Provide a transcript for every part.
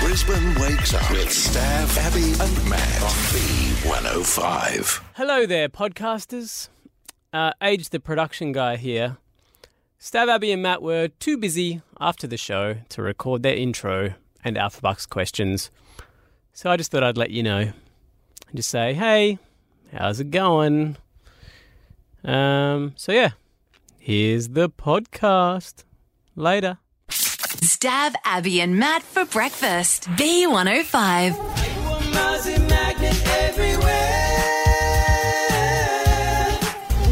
Brisbane wakes up with Stav, Abby, and Matt on B105. Hello there, podcasters. Uh, Age the production guy here. Stav Abby and Matt were too busy after the show to record their intro and Alpha Bucks questions. So I just thought I'd let you know. And just say, hey, how's it going? Um, so yeah, here's the podcast. Later. Stab Abby and Matt for breakfast. B105.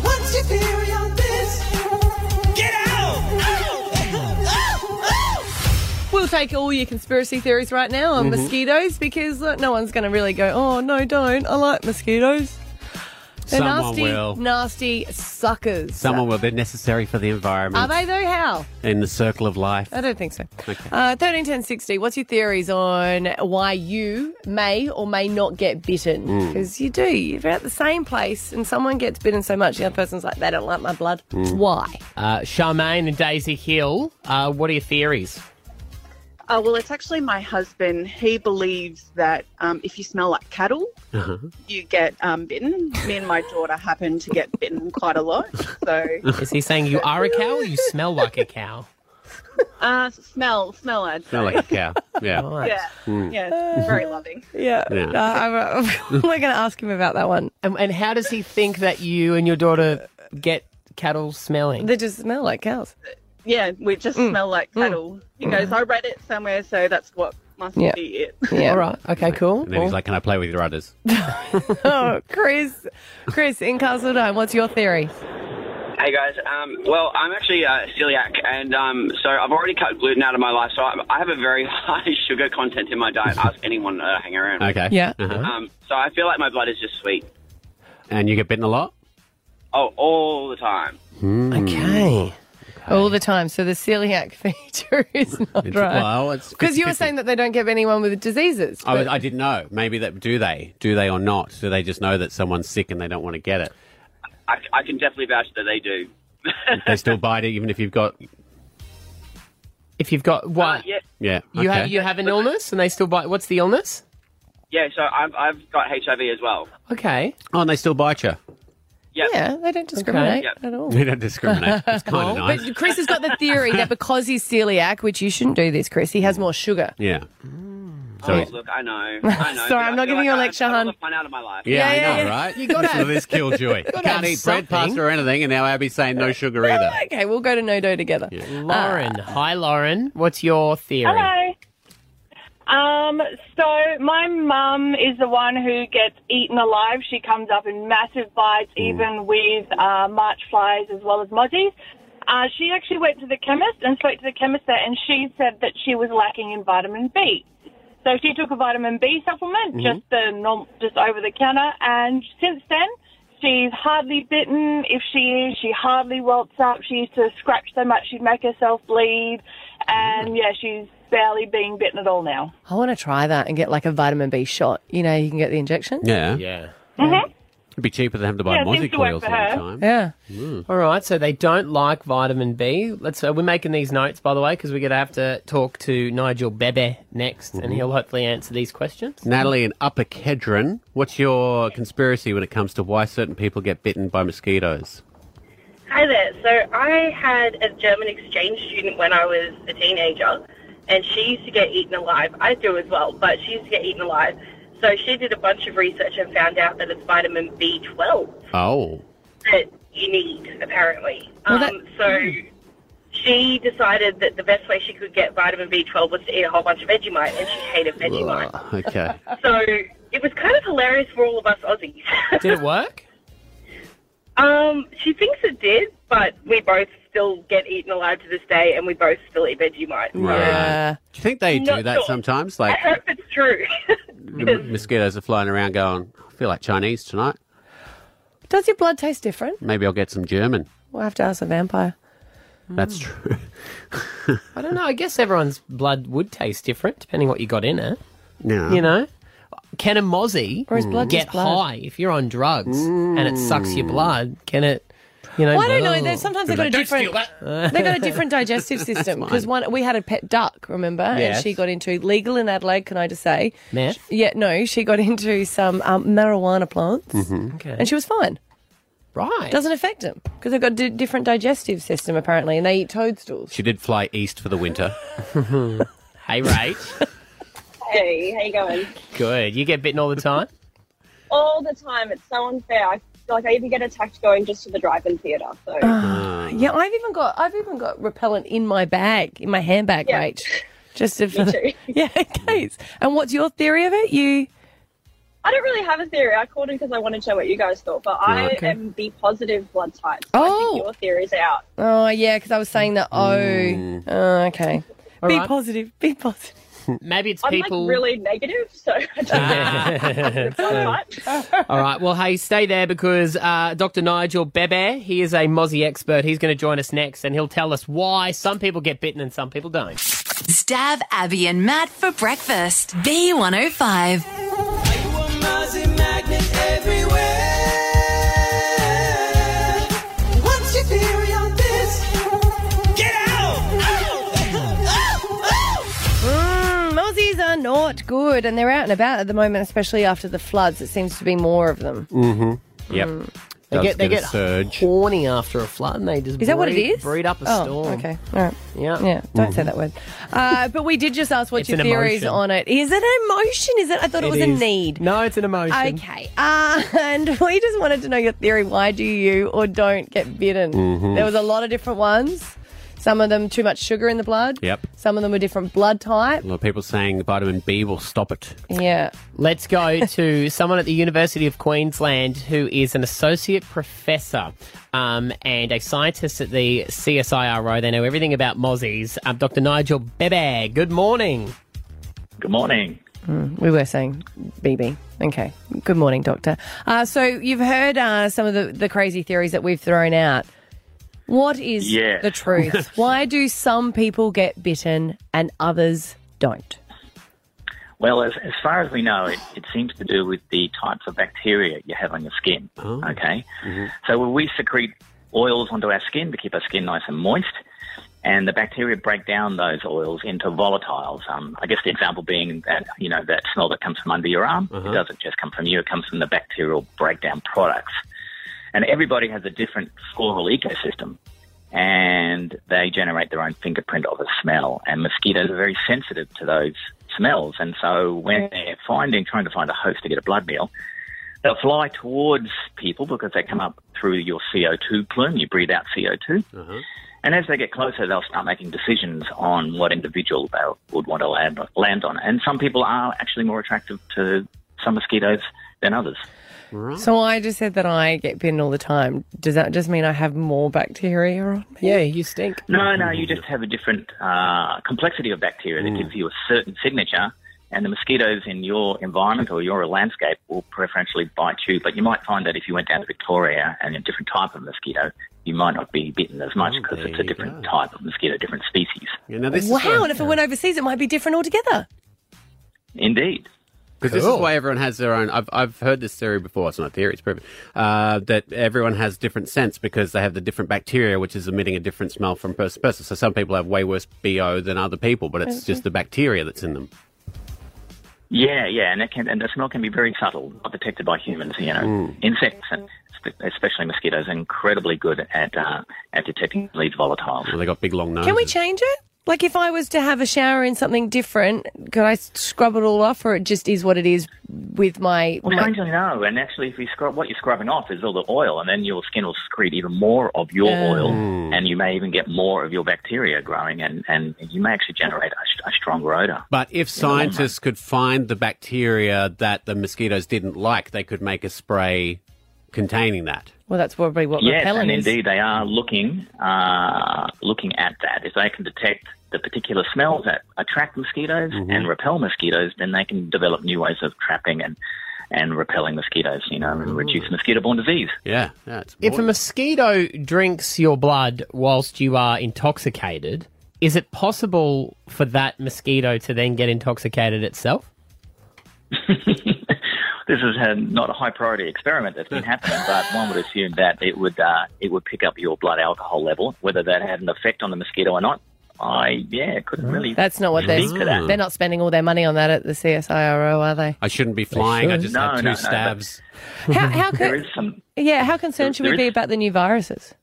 What's your theory on this? Get out! We'll take all your conspiracy theories right now on Mm-hmm. mosquitoes because look, no one's going to really go, oh, no, don't. I like mosquitoes. They're Someone nasty, will. nasty suckers. Someone will. They're necessary for the Are environment they, though? How? and the circle of life. I don't think so. Uh, 13, 10, 60, what's your theories on why you may or may not get bitten? Mm. Because you do. You're at the same place and someone gets bitten so much, the other person's like, they don't like my blood. Mm. Why? Uh, Charmaine and Daisy Hill, uh, what are your theories? Uh, well, it's actually my husband. He believes that um, if you smell like cattle, Uh-huh. you get um, bitten. Me and my daughter happen to get bitten quite a lot. So, Is he saying you are a cow or you smell like a cow? uh, smell, smell, I'd Not say. like a cow. Yeah. Hmm. Right. Yeah, yeah, very loving. Yeah. Yeah. Uh, I'm, I'm going to ask him about that one. And, and how does he think that you and your daughter get cattle smelling? They just smell like cows. Yeah, we just Mm. smell like cattle. He goes, I read it somewhere, so that's what must Yeah. be it. Yeah. All right. Okay, cool. And then he's like, "Can I play with your udders?" Oh, Chris, Chris in Castledine, what's your theory? Hey guys, um, well, I'm actually uh, celiac, and um, so I've already cut gluten out of my life, so I, I have a very high sugar content in my diet. Ask anyone that I hang around. with. Okay. Yeah. Uh-huh. Um, so I feel like my blood is just sweet. And you get bitten a lot. Hmm. Oh, all the time. okay. All the time. So the celiac feature is not It's- right. Well, it's Because you were 50-50. saying that they don't give anyone with diseases. I, was, but- I didn't know. Maybe that do they? Do they or not? Do they just know that someone's sick and they don't want to get it? I, I can definitely vouch that they do. They still bite it, even if you've got If you've got Uh, what? Yeah, yeah. You, okay. have, you have an illness and they still bite. What's the illness? yeah. So I've, I've got HIV as well. Okay. oh, and they still bite you. Yeah. yeah, they don't discriminate Yeah. at all. Oh, We don't discriminate. It's kind of nice. But Chris has got the theory that because he's celiac, which you shouldn't do this, Chris, he has more sugar. yeah. Mm. So Oh, it's- look, I know. I know. Sorry, but I'm I not feel giving you a I- I've lecture, got all hon. the fun out of my life. yeah, Yeah, I know, yeah, yeah. right? You gotta Listen have- to this killjoy. have Can't eat bread, something. pasta, or anything, and now Abby's saying no sugar either. Okay, we'll go to no do together. Uh, Lauren. Ah. Hi, Lauren. What's your theory? Hello. Um, so my mum is the one who gets eaten alive. She comes up in massive bites, even with uh, March flies as well as mozzies. Uh, she actually went to the chemist and spoke to the chemist there, and she said that she was lacking in vitamin B. So she took a vitamin B supplement, Mm-hmm. just the norm, just over the counter, and since then she's hardly bitten. If she is, she hardly welts up. She used to scratch so much she'd make herself bleed, and yeah, she's barely being bitten at all now. I want to try that and get like a vitamin B shot. You know, you can get the injection. Yeah. Yeah. It'd be cheaper than having to buy Mm-hmm. Yeah, it Monty seems to work coils all for the her. time. Hmm. Yeah. All right, so they don't like vitamin B. Let's. Uh, we're making these notes, by the way, because we're going to have to talk to Nigel Bebe next, and he'll hopefully answer these questions. Mm-hmm. Natalie in Upper Kedron, what's your conspiracy when it comes to why certain people get bitten by mosquitoes? Hi there. So I had a German exchange student when I was a teenager, and she used to get eaten alive. I do as well, but she used to get eaten alive. So she did a bunch of research and found out that it's vitamin B12 Oh, that you need, apparently. Well, um, that- so she decided that the best way she could get vitamin B12 was to eat a whole bunch of Vegemite, and she hated Vegemite. Ugh, okay. So it was kind of hilarious for all of us Aussies. Did it work? Um, she thinks it did, but we both still get eaten alive to this day, and we both still eat Vegemite. Right. Yeah. Do you think they do Not that sure. sometimes? I Like hope it's true. the m- mosquitoes are flying around going, I feel like Chinese tonight. Does your blood taste different? Maybe I'll get some German. We'll have to ask a vampire. That's true. I don't know. I guess everyone's blood would taste different depending what you got in it. Yeah. You know, can a mozzie Or is blood get just blood? Mm. high if you're on drugs and it sucks your blood? Can it? You know, Well, I don't know. oh. There's sometimes they've got a Don't different. steal that. They've got a different digestive system because one we had a pet duck, remember? Yes. And she got into legal in Adelaide. Can I just say? Meth? Yeah, no, she got into some um, marijuana plants, Mhm. Okay. Mm-hmm. and she was fine. Right, doesn't affect them because they've got a di- different digestive system apparently, and they eat toadstools. She did fly east for the winter. hey, Rach. Hey, how you going? Good. You get bitten all the time? All the time. It's so unfair. I feel like I even get attacked going just to the drive-in theatre. So Yeah, I've even got I've even got repellent in my bag, in my handbag, Yeah. Rach. Just if, Me too. yeah, in case. And what's your theory of it? You I don't really have a theory. I called in because I wanted to know what you guys thought, but I Okay. am B positive blood type. So I think your theory's out. Oh yeah, because I was saying the O. Mm. Oh, okay. All be right. positive. Be positive. Maybe it's I'm people- like really negative, so I don't Ah. All right. Well, hey, stay there because uh, Dr. Nigel Bebe, he is a Mozzie expert. He's going to join us next and he'll tell us why some people get bitten and some people don't. Stab Abby and Matt for breakfast. B105. What's your theory on this? Get out! Mm, Mozzies are not good, and they're out and about at the moment, especially after the floods. It seems to be more of them. Mm-hmm. Yep. Mm. They Does get- they a get- surge. Horny after a flood and they just Is that what it breed- is? breed up a Oh, storm. okay. All right. Yeah. Yeah. Don't Mm-hmm. say that word. Uh, but we did just ask what It's your an theories emotion. on it. Is it an emotion? Is it? I thought it, was a is. need. No, it's an emotion. Okay. Uh, and we just wanted to know your theory. Why do you or don't get bitten? Mhm. There was a lot of different ones. Some of them too much sugar in the blood. Yep. Some of them were different blood type. A lot of people saying vitamin B will stop it. Yeah. Let's go to someone at the University of Queensland who is an associate professor um, and a scientist at the CSIRO. They know everything about mozzies. Um, Dr. Nigel Bebe, good morning. Good morning. Mm, we were saying BB. Okay. Good morning, doctor. Uh, so you've heard uh, some of the, the crazy theories that we've thrown out. What is Yeah. the truth? Why do some people get bitten and others don't? Well, as, as far as we know, it, it seems to do with the types of bacteria you have on your skin. Okay? Mm-hmm. So when we secrete oils onto our skin to keep our skin nice and moist, and the bacteria break down those oils into volatiles. Um, I guess the example being that, you know, that smell that comes from under your arm, it doesn't just come from you, it comes from the bacterial breakdown products. And everybody has a different floral ecosystem. and they generate their own fingerprint of a smell. And mosquitoes are very sensitive to those smells. And so when they're finding, trying to find a host to get a blood meal, they'll fly towards people because they come up through your CO2 plume. You breathe out CO2. And as they get closer, they'll start making decisions on what individual they would want to land, land on. And some people are actually more attractive to some mosquitoes than others. So I just said that I get bitten all the time. Does that just mean I have more bacteria on me? Yeah, you stink. No, no, you just have a different uh, complexity of bacteria that gives you a certain signature, and the mosquitoes in your environment or your landscape will preferentially bite you. But you might find that if you went down to Victoria and a different type of mosquito, you might not be bitten as much because it's a different type of mosquito, different species. wow, and if it went overseas, it might be different altogether. Indeed. Because this is why everyone has their own. I've, I've heard this theory before. It's not a theory, it's proven. Uh, that everyone has different scents because they have the different bacteria, which is emitting a different smell from person to person. So some people have way worse BO than other people, but it's just the bacteria that's in them. Yeah, yeah, and it can, and the smell can be very subtle, not detected by humans. You know, Mm. insects and spe- especially mosquitoes are incredibly good at uh, at detecting these volatiles. Well, they got big long noses. Can we change it? Like if I was to have a shower in something different, could I scrub it all off, or it just is what it is with my? Well, my- strangely no. And actually, if you scrub, what you're scrubbing off is all the oil, and then your skin will secrete even more of your Oh. oil, Mm. and you may even get more of your bacteria growing, and, and you may actually generate a, st- a stronger odor. But if scientists could find the bacteria that the mosquitoes didn't like, they could make a spray containing that. well, that's probably what yes, repellent and is. indeed, they are looking uh, looking at that. If they can detect the particular smells that attract mosquitoes Mm-hmm. and repel mosquitoes, then they can develop new ways of trapping and and repelling mosquitoes. You know, and reduce mosquito-borne disease. Yeah, that's If a mosquito drinks your blood whilst you are intoxicated, is it possible for that mosquito to then get intoxicated itself? this is uh not a high priority experiment that's been happening, but one would assume that it would uh, it would pick up your blood alcohol level, whether that had an effect on the mosquito or not. I yeah couldn't Mm. really. That's not what they're. Mm. speak to that. They're not spending all their money on that at the CSIRO, are they? I shouldn't be flying. I should. just No, had two no, no, but- stabs. How, how There could, is some. yeah, how concerned should we there be is- about the new viruses?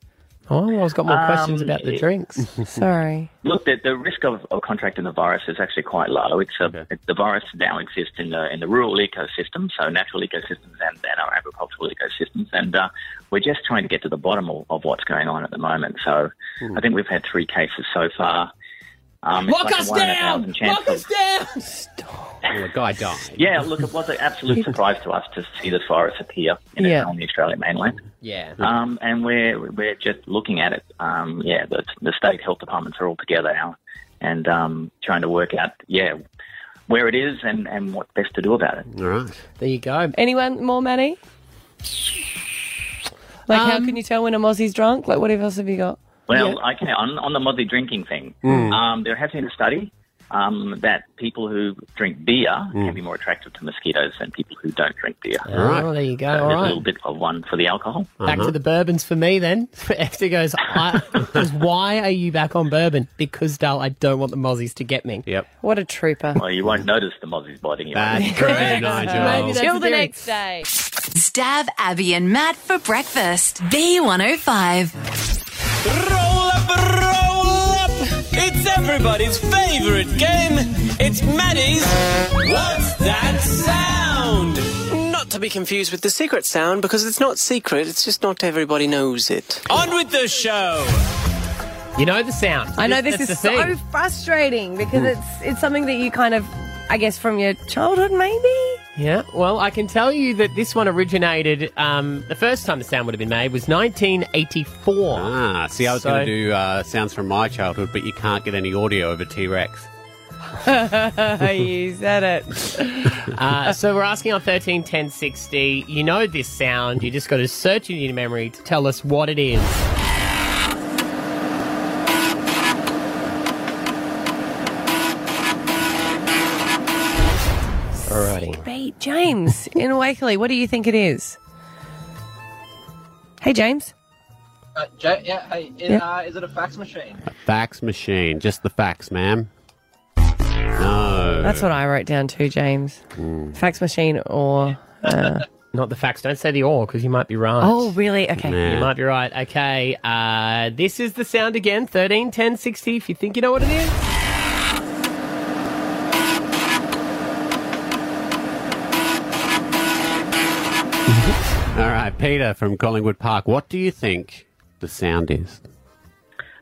Oh, well, I've got more Um, questions about the it- drinks. Sorry. Look, the, the risk of, of contracting the virus is actually quite low. It's a, it- the virus now exists in the in the rural ecosystem, so natural ecosystems and, and our agricultural ecosystems, and uh, we're just trying to get to the bottom of, of what's going on at the moment. So, Hmm. I think we've had three cases so far. Um, it's Lock like a us one in a down! thousand chance Lock of- us down! Well, the guy died. Yeah, look, it was an absolute surprise to us to see this virus appear in Yeah. on the Australian mainland. Yeah. Um, and we're we're just looking at it. Um, yeah, the, the state health departments are all together now, and um, trying to work out yeah where it is and, and what best to do about it. All right. There you go. Anyone more, Manny? Like, how can you tell when a Mozzie's drunk? Like, what else have you got? Well, okay, on, on the Mozzie drinking thing, Mm. um, there has been a study um, that people who drink beer can be more attractive to mosquitoes than people who don't drink beer. Oh, Alright. there you go, So there's alright. a little bit of one for the alcohol. Back to the bourbons for me then. Esther goes, I, goes, why are you back on bourbon? Because, Dal, I don't want the mozzies to get me. Yep. What a trooper. Well, you won't notice the Mozzie's biting you. That's correct, Nigel. Maybe that's Till the next day. Stab Abby and Matt for breakfast. B105. Roll up, roll up! It's everybody's favourite game. It's Maddie's. What's that sound? Not to be confused with the secret sound because it's not secret, it's just not everybody knows it. On with the show. You know the sound. I know this Oh. That's is the thing. Hmm. so frustrating because it's it's something that you kind of, I guess, from your childhood, maybe. Yeah, well, I can tell you that this one originated. Um, the first time the sound would have been made was 1984. Ah, see, I was So- going to do uh, sounds from my childhood, but you can't get any audio over T Rex. you said it. uh, so we're asking on 13 10 60. You know this sound. You just got to search in your memory to tell us what it is. Alrighty. Beat James in Wakeley. What do you think it is? Hey, James. Uh, J- yeah, hey, is, Yeah. Uh, is it a fax machine? Fax machine. Just the fax, ma'am. No. That's what I wrote down too, James. Mm. Fax machine or. Uh, Not the facts. Don't say the or because you might be right. oh, really? Okay. You might be right. Okay. Uh, this is the sound again 13 10 60. If you think you know what it is. All right, Peter from Collingwood Park. What do you think the sound is?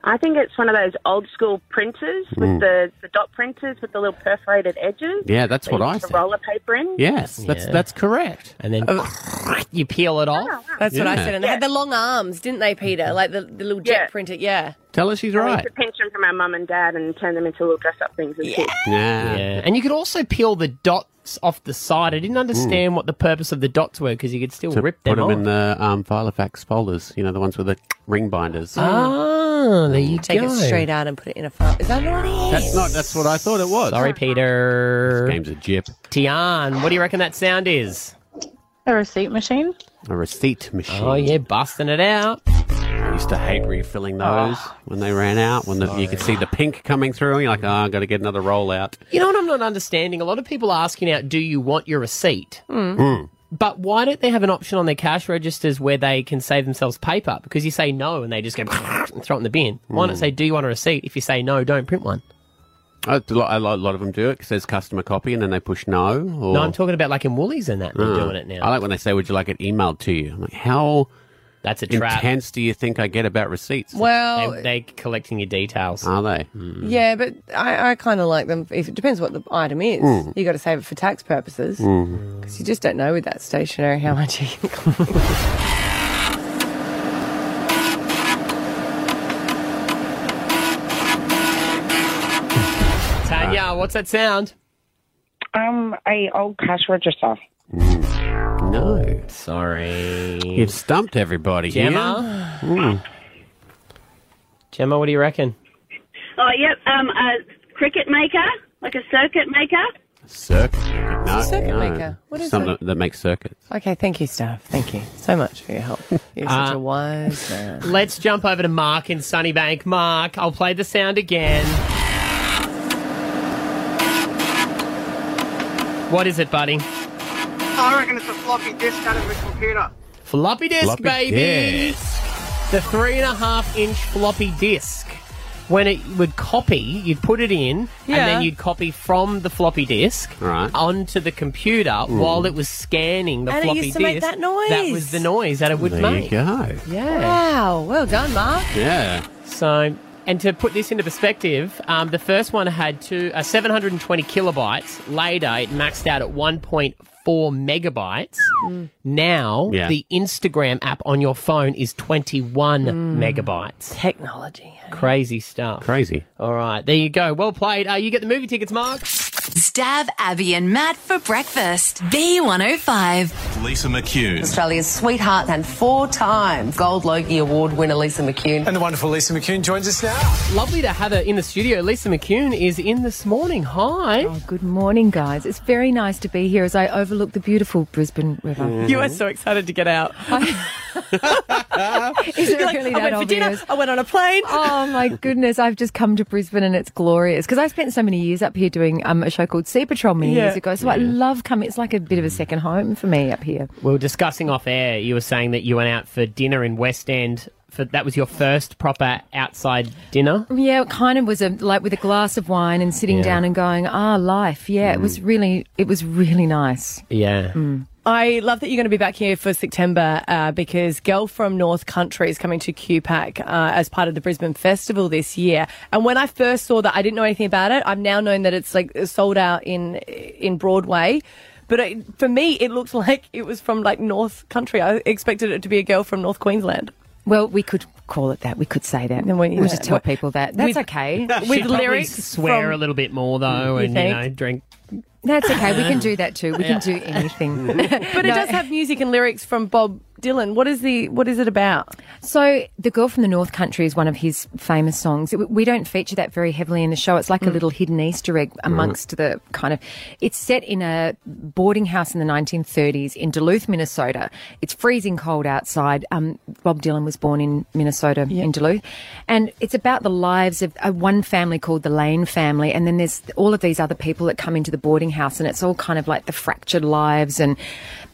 I think it's one of those old school printers with Mm. the, the dot printers with the little perforated edges. Yeah, that's that what you I put the said. Roller paper in. Yes, that's that's correct. Uh, And then you peel it off. That's what I Yeah. said. And they had the long arms, didn't they, Peter? Like the, the little jet printer. Yeah. Tell us she's I Mm-hmm. right. used to pension from our mum and dad and turn them into little dress up things and kids. Yeah. Yeah. And you could also peel the dots off the side. I didn't understand what the purpose of the dots were because you could still Hmm. To rip put them, them off. in the um, Filofax folders. You know, the ones with the ring binders. Ah, there you Oh, Take go. it straight out and put it in a file. Is that not it? Mm. That's not. That's what I thought it was. Sorry, Peter. game's a jip. Tian, what do you reckon that sound is? A receipt machine? A receipt machine. Oh, yeah, busting it out. I used to hate refilling Ah. those when they ran out. When the, you could see the pink coming through, and you're like, oh, I've got to get another roll out. You know what I'm not understanding? A lot of people are asking out, do you want your receipt? Hmm. Hmm. Mm. But why don't they have an option on their cash registers where they can save themselves paper? Because you say no and they just go and throw it in the bin. Why Hmm. not say, do you want a receipt? If you say no, don't print one. A lot, a lot- a lot of them do it 'cause there's customer copy, and then they push no. Or, No, I'm talking about like in Woolies and that. They're Uh, doing it now. I like when they say, "Would you like it emailed to you?" I'm like, how that's a trap. intense do you think I get about receipts? Well- Hmm. they, they're collecting your details. Are they? Mm. Yeah, but I, I kind of like them. If it depends what the item is, Mm. you got to save it for tax purposes because Mm. you just don't know with that stationery how much you can. collect. Tanya, what's that sound? Um, a old cash register. No. Sorry. You've stumped everybody Gemma? here. Mm. Gemma, what do you reckon? Oh, yep. Um, a cricket maker, like a circuit maker. Circuit maker? No. Circuit no. maker. What is Something that? that? makes circuits. Okay, thank you, Stav. Thank you so much for your help. You're such Uh, a wise man. Let's jump over to Mark in Sunnybank. Mark, I'll play the sound again. What is it, buddy? I reckon it's a floppy disk out of his computer. Floppy disk, Floppy baby. The three and a half inch floppy disk. When it would copy, you'd put it in, Yeah. and then you'd copy from the floppy disk Right. Hmm. onto the computer while it was scanning the And it floppy used to disk. make that noise. That was the noise that it would There you make. go. Yeah. Wow, well done, Mark. Yeah. So, and to put this into perspective, um, the first one had two, uh, 720 kilobytes. Later, it maxed out at 1.4 megabytes. Mm. Now, Yeah. Oh, the Instagram app on your phone is 21 megabytes. Hmm. Technology. eh? Crazy stuff. Crazy. All right, there you go. Well played. Uh, you get the movie tickets, Mark. Stab Abby and Matt for breakfast. B105. Lisa McCune. Australia's sweetheart and four time Gold Logie Award winner Lisa McCune. And the wonderful Lisa McCune joins us now. Lovely to have her in the studio. Lisa McCune is in this morning. Hi. Oh, good morning, guys. It's very nice to be here as I overlook the beautiful Brisbane River. You are so excited to get out. Is it You're like, really I that went for dinner. obvious?" I went on a plane. Oh my goodness! I've just come to Brisbane and it's glorious because I spent so many years up here doing um, a show called Sea Patrol many Yeah. years ago. So I love coming. It's like a bit of a second home for me up here. We were discussing off air. You were saying that you went out for dinner in West End. For, that was your first proper outside dinner. Yeah, it kind of was a like with a glass of wine and sitting Yeah. down and going, ah, life. Yeah, it was really, it was really nice. Yeah. I love that you're going to be back here for September uh, because Girl from North Country is coming to QPAC uh, as part of the Brisbane Festival this year. And when I first saw that, I didn't know anything about it. I've now known that it's like sold out in in Broadway. But it, for me, it looked like it was from like North Country. I expected it to be a girl from North Queensland. Well, we could call it that. We could say that. Then we- we'll just tell Well, people that. That's with- okay. with She'd probably lyrics swear from- a little bit more though, You and think? you know, drink. That's okay. We can do that too. We can do anything. But it does have music and lyrics from Bob Dylan. What is the what is it about? So, The Girl from the North Country is one of his famous songs. It- We don't feature that very heavily in the show. It's like a little hidden Easter egg amongst the kind of. It's set in a boarding house in the 1930s in Duluth, Minnesota. It's freezing cold outside. Um, Bob Dylan was born in Minnesota, in Duluth. And it's about the lives of uh, one family called the Lane family. And then there's all of these other people that come into the boarding house. And it's all kind of like the fractured lives and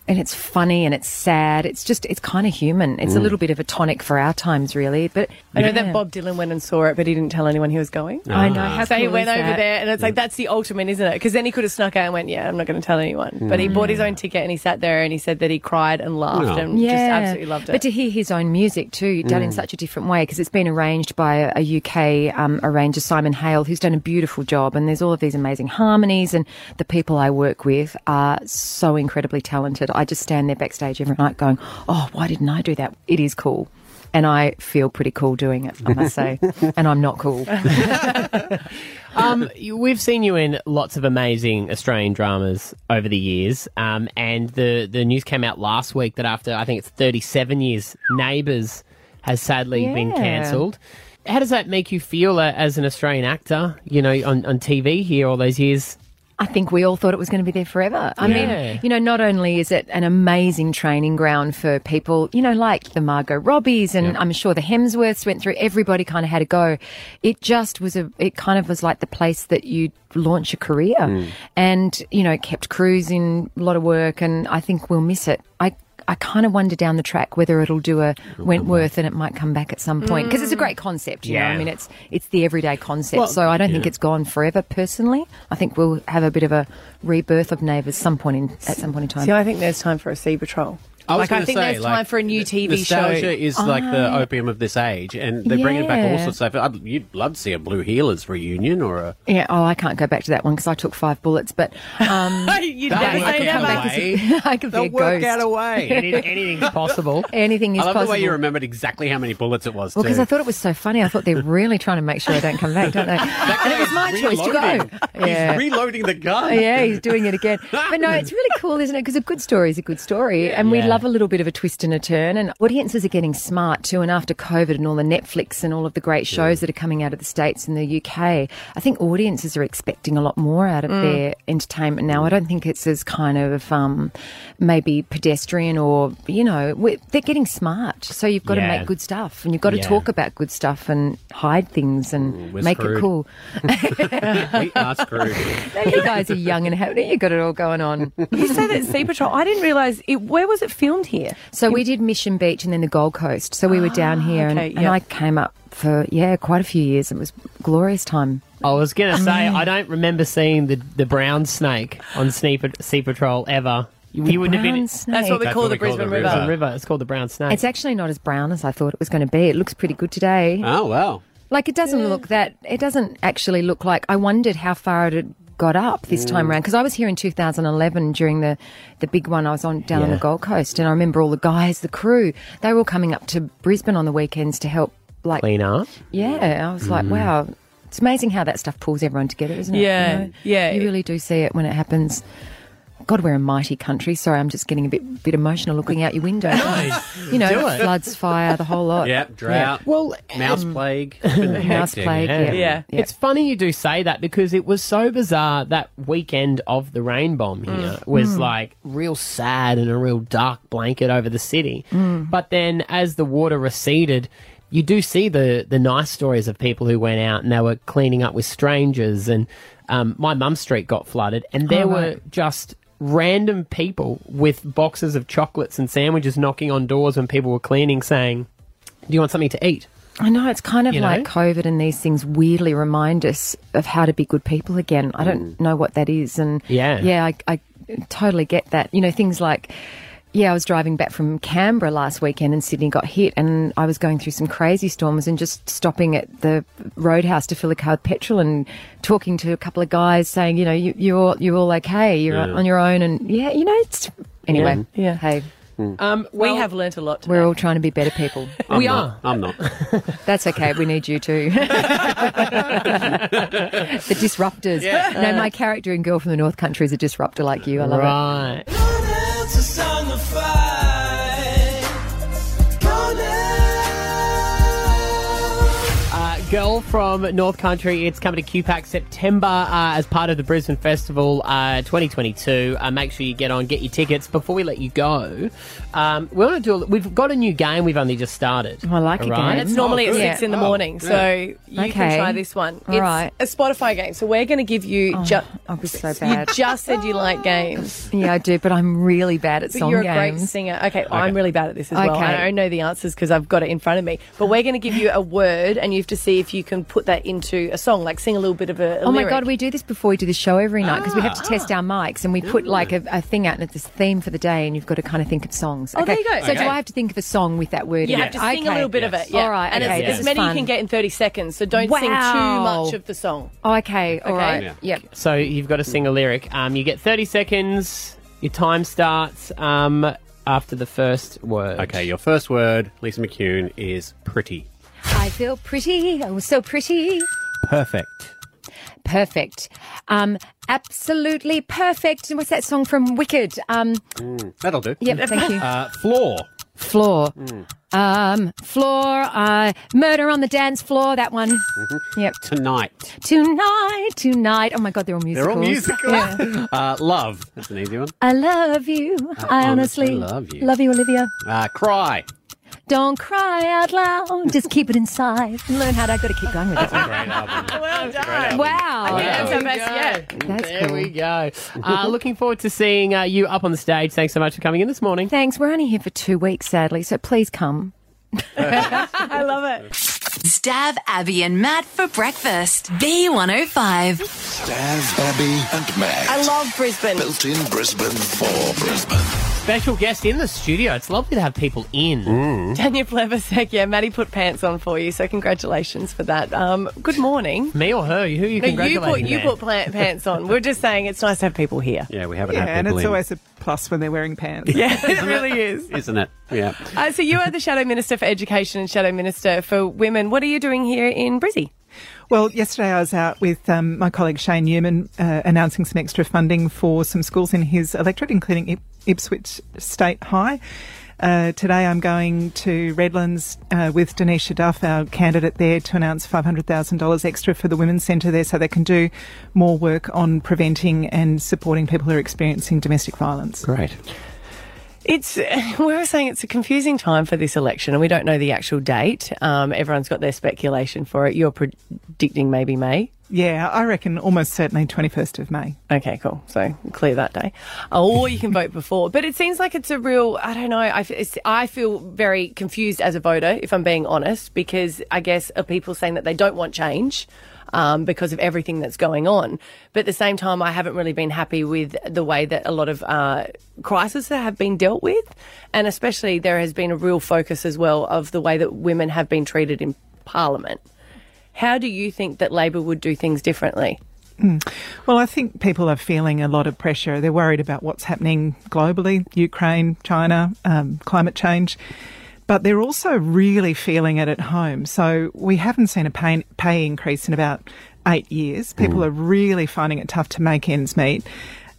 and it's funny and it's sad. It's just it's kind of human. It's a Mm. little bit of a tonic for our times, really. But I know that Bob Dylan went and saw it, but he didn't tell anyone he was going. I know, how Ah. so he cool is went over that? there, and it's like that's the ultimate, isn't it? Because then he could have snuck out and went, "Yeah, I'm not going to tell anyone." But he bought his Mm. own ticket, and he sat there, and he said that he cried and laughed, and just absolutely loved it. But to hear his own music too, done in Mm. such a different way, because it's been arranged by a, a UK um, arranger, Simon Hale, who's done a beautiful job. And there's all of these amazing harmonies, and the people I work with are so incredibly talented. I just stand there backstage every night going, "Oh, why didn't I do that? It is cool." And I feel pretty cool doing it, I must say. and I'm not cool. Um, you- we've seen you in lots of amazing Australian dramas over the years, um, and the the news came out last week that after I think it's 37 years, Neighbours has sadly been Yeah. cancelled. How does that make you feel uh, as an Australian actor? You know, on, on TV here all those years. I think we all thought it was going to be there forever. I Yeah. mean, you know, not only is it an amazing training ground for people, you know, like the Margot Robbies and I'm sure the Hemsworths went through, everybody kind of had a go. It just was a, it kind of was like the place that you launch a career. Mm. And, you know, it kept Cruise in a lot of work and I think we'll miss it. I, I kind of wonder down the track whether it'll do a Wentworth and it might come back at some point Mm. because it's a great concept. You know, Yeah. I mean, it's it's the everyday concept. Well, so I don't think yeah. it's gone forever. Personally, I think we'll have a bit of a rebirth of Neighbours some point in at some point in time. See, I think there's time for a sea patrol. I was like, I gonna think say, there's like, time for a new TV Nostalgia show. Ah. is like the I- opium of this age, and they're bringing back all Yeah. sorts of stuff. I'd, you'd love to see a Blue Healers reunion or a. yeah. Oh, I can't go back to that one because I took five bullets. But um, you They'll I work could out come a back way. as- I could They'll be a work ghost. out a way. Any- anything's possible. Anything is I love possible. the way you remembered exactly how many bullets it was. Well, because too. I thought it was so funny. I thought they're really trying to make sure I don't come back, don't they? and it was "Oh, my choice to Reloading. go. Yeah. He's reloading the gun. Yeah, he's doing it again. But no, it's really cool, isn't it? Because a good story is a good story, and we Yeah. love a little bit of a twist and a turn, and audiences are getting smart too. And after COVID and all the Netflix and all of the great shows that are coming out of the States and the UK, I think audiences are expecting a lot more out of Mm. their entertainment now. I don't think it's as kind of um, maybe pedestrian or, you know, we they're getting smart. So you've got Yeah. to make good stuff and you've got to Yeah. talk about good stuff and hide things and we're make screwed. it cool. we are screwed. you guys are young and happy. You got it all going on. You say that Sea Patrol. I didn't realise it. Where was it filmed here? Ah, So we did Mission Beach and then the Gold Coast. So we were down here, and, okay, and yeah. I came up for yeah quite a few years. It was glorious time. I was going to say, Mm. I don't remember seeing the, the brown snake on Sneeper, Sea Patrol ever. You, you wouldn't have brown been. snake. That's what we call the Brisbane River. It's called the brown snake. It's actually not as brown as I thought it was going to be. It looks pretty good today. Oh, wow. Like it doesn't look that. It doesn't actually look like. I wondered how far it had got up this time Mm. around because I was here in 2011 during the the big one. I was on down on the Yeah. Gold Coast, and I remember all the guys, the crew, they were all coming up to Brisbane on the weekends to help. Like Clean up. Yeah, I was like, Mm. wow. It's amazing how that stuff pulls everyone together, isn't it? Yeah, yeah. You really do see it when it happens. God, we're a mighty country. Sorry, I'm just getting a bit bit emotional looking out your window. you know, Do it. floods, fire, the whole lot. Yep, drought. Well, mouse um, plague. Mouse plague, yeah. Yeah. Yeah. It's funny you do say that because it was so bizarre that weekend of the rain bomb here was Mm. like real sad and a real dark blanket over the city. Mm. But then as the water receded, you do see the the nice stories of people who went out and they were cleaning up with strangers and um, my mum's street got flooded and there Oh, were right. just random people with boxes of chocolates and sandwiches knocking on doors when people were cleaning saying, "Do you want something to eat?" I know it's kind of You know? like COVID and these things weirdly remind us of how to be good people again. I don't know what that is, and Mm. Yeah. yeah, I, I totally get that. You know, things like. Yeah, I was driving back from Canberra last weekend and Sydney got hit and I was going through some crazy storms and just stopping at the roadhouse to fill a car with petrol and talking to a couple of guys saying, you know, you, you're, all- you're all okay, you're Yeah. on your own and yeah, you know, it's, anyway, Yeah. hey, Um, we have learnt a lot. we're all trying to be better people. I'm not. I'm not. That's okay. We need you too. the disruptors. Yeah. No, my character in Girl from the North Country is a disruptor like you. I love right. it. Else is on the fight. Gone Uh, girl from North Country, it's coming to QPAC September uh, as part of the Brisbane Festival uh, 2022. Uh, make sure you get on, get your tickets. Before we let you go, um, we want to do. A, we've got a new game we've only just started. I like Oh, it, And it's normally Oh, at six in the morning, so you can try this one. All it's right. a Spotify game, so we're going to give you. ju- I'll be so you bad. just said you like games, yeah, I do, but I'm really bad at but song you're a great games. singer. Okay, I'm really bad at this as well. Okay. I don't know the answers because I've got it in front of me. But we're going to give you a word, and you have to see if you can put that into a song, like sing a little bit of a. a Oh my lyric. Ah. god, we do this before we do the show every night because we have to test our mics and we put like a, a thing out and it's this theme for the day and you've got to kind of think of songs. Oh, there you go. So do Okay. I have to think of a song with that word? You in have to it? sing a Okay. little bit of it. Yeah. All right. And okay, it's, this as is many you fun. can get in 30 seconds, so don't sing too Wow. much of the song. Oh, okay. All Okay. right. Yeah. Yep. So you've got to sing a lyric. Um, you get 30 seconds. Your time starts um, after the first word. Okay, your first word, Lisa McCune, is pretty. I feel pretty. I was so pretty. Perfect. Perfect. Um, absolutely perfect. And what's that song from Wicked? Um, Mm, that'll do. Yep, thank you. Uh, floor. floor. Mm. Um, floor. Uh, murder on the dance floor. That one. Yep. mm-hmm. Tonight. Tonight, tonight. Oh my God, they're all musicals. They're all musical. Yeah. uh, love. That's an easy one. I love you. I honestly honestly love you. Love you, Olivia. Uh, cry. Don't cry out loud. Just keep it inside. And learn how to. I've got to keep going with that one. well done. Wow. I think that's our Wow. best yet. That's Mm. there cool. we go. Uh, looking forward to seeing uh, you up on the stage. Thanks so much for coming in this morning. Thanks. We're only here for two weeks, sadly, so please come. I love it. Stab Abby and Matt for breakfast. B105. Stav, Abby, and Matt. I love Brisbane. Built in Brisbane for Brisbane. Special guest in the studio. It's lovely to have people in. Daniel Plebersek, yeah, Maddie put pants on for you, so congratulations for that. Um, good morning. Me or her? Who are you No, you congratulating? put you there? put plant pants on. We're just saying it's nice to have people here. Yeah, we haven't Yeah, had and people it's in. always a plus when they're wearing pants. Yeah, it really is. Isn't it? Yeah. Uh, so you are the Shadow Minister for Education and Shadow Minister for Women. What are you doing here in Brizzy? Well, yesterday I was out with um, my colleague Shane Newman uh, announcing some extra funding for some schools in his electorate, including Ip- Ipswich State High. Uh, today I'm going to Redlands uh, with Denisha Duff, our candidate there, to announce $500,000 extra for the Women's Centre there so they can do more work on preventing and supporting people who are experiencing domestic violence. Great. It's we were saying it's a confusing time for this election, and we don't know the actual date. Um, everyone's got their speculation for it. You're predicting maybe May. Yeah, I reckon almost certainly 21st of May. Okay, cool. So clear that day, or you can vote before. But it seems like it's a real. I don't know. I, f- it's- I feel very confused as a voter, if I'm being honest, because I guess are people saying that they don't want change um, because of everything that's going on. But at the same time, I haven't really been happy with the way that a lot of uh, crises have been dealt with, and especially there has been a real focus as well of the way that women have been treated in Parliament. How do you think that Labor would do things differently? Mm. Well, I think people are feeling a lot of pressure. They're worried about what's happening globally Ukraine, China, um, climate change. But they're also really feeling it at home. So we haven't seen a pay, pay increase in about eight years. People are really finding it tough to make ends meet.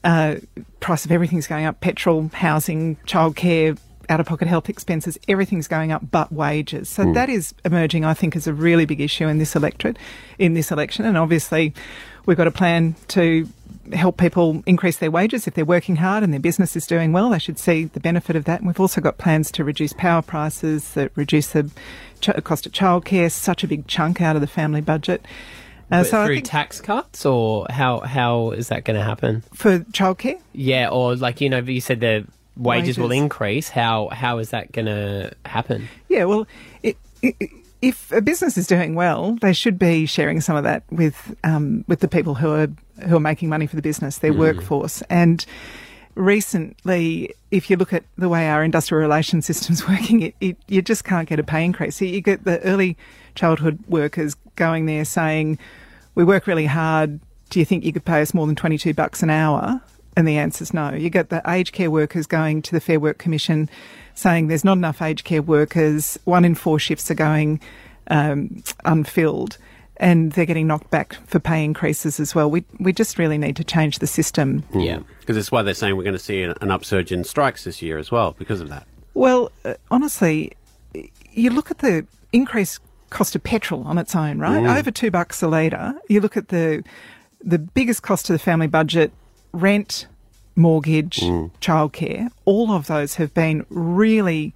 Uh, price of everything's going up petrol, housing, childcare, out of pocket health expenses, everything's going up but wages. So Mm. that is emerging, I think, as a really big issue in this electorate, in this election. And obviously, we've got a plan to help people increase their wages if they're working hard and their business is doing well. They should see the benefit of that. And we've also got plans to reduce power prices, that reduce the ch- cost of childcare, such a big chunk out of the family budget. Uh, But so I through think tax cuts, or how how is that going to happen? for childcare, Yeah, or like you know, you said the wages, will Wages. increase. How how is that going to happen? Yeah, well, i i i- if a business is doing well, they should be sharing some of that with um, with the people who are who are making money for the business, their Mm. workforce, and. Recently, if you look at the way our industrial relations system's working, it, it, you just can't get a pay increase. So you get the early childhood workers going there saying, "We work really hard. Do you think you could pay us more than twenty-two bucks an hour?" And the answer's no. You get the aged care workers going to the Fair Work Commission saying there's not enough aged care workers. One in four shifts are going um, unfilled, and they're getting knocked back for pay increases as well. We we just really need to change the system. Yeah. Because that's Mm. why they're saying we're going to see an, an upsurge in strikes this year as well because of that. Well, uh, honestly, y- you look at the increased cost of petrol on its own, right? Mm. Over two bucks a litre. You look at the the biggest cost to the family budget: rent, mortgage, childcare. All of those have been really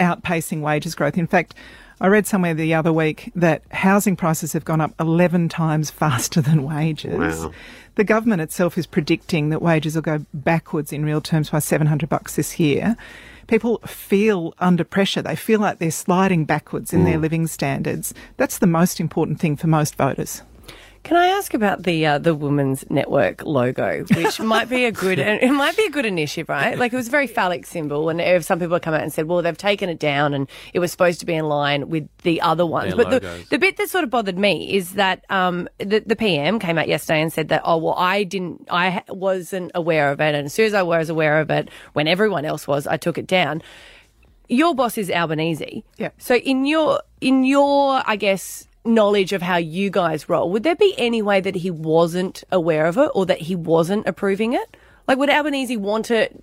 outpacing wages growth. In fact. I read somewhere the other week that housing prices have gone up 11 times faster than wages. Wow. The government itself is predicting that wages will go backwards in real terms by 700 bucks this year. People feel under pressure. They feel like they're sliding backwards in their living standards. That's the most important thing for most voters. Can I ask about the uh, the Women's Network logo, which might be a good and it might be a good initiative, right? Like it was a very phallic symbol, and if some people have come out and said, "Well, they've taken it down, and it was supposed to be in line with the other ones." Their but the, logos. the bit that sort of bothered me is that um, the, the PM came out yesterday and said that, "Oh, well, I didn't, I ha- wasn't aware of it, and as soon as I was aware of it, when everyone else was, I took it down." your boss is Albanese. Yeah. So in your in your I guess knowledge of how you guys roll, would there be any way that he wasn't aware of it or that he wasn't approving it? Like would Albanese want it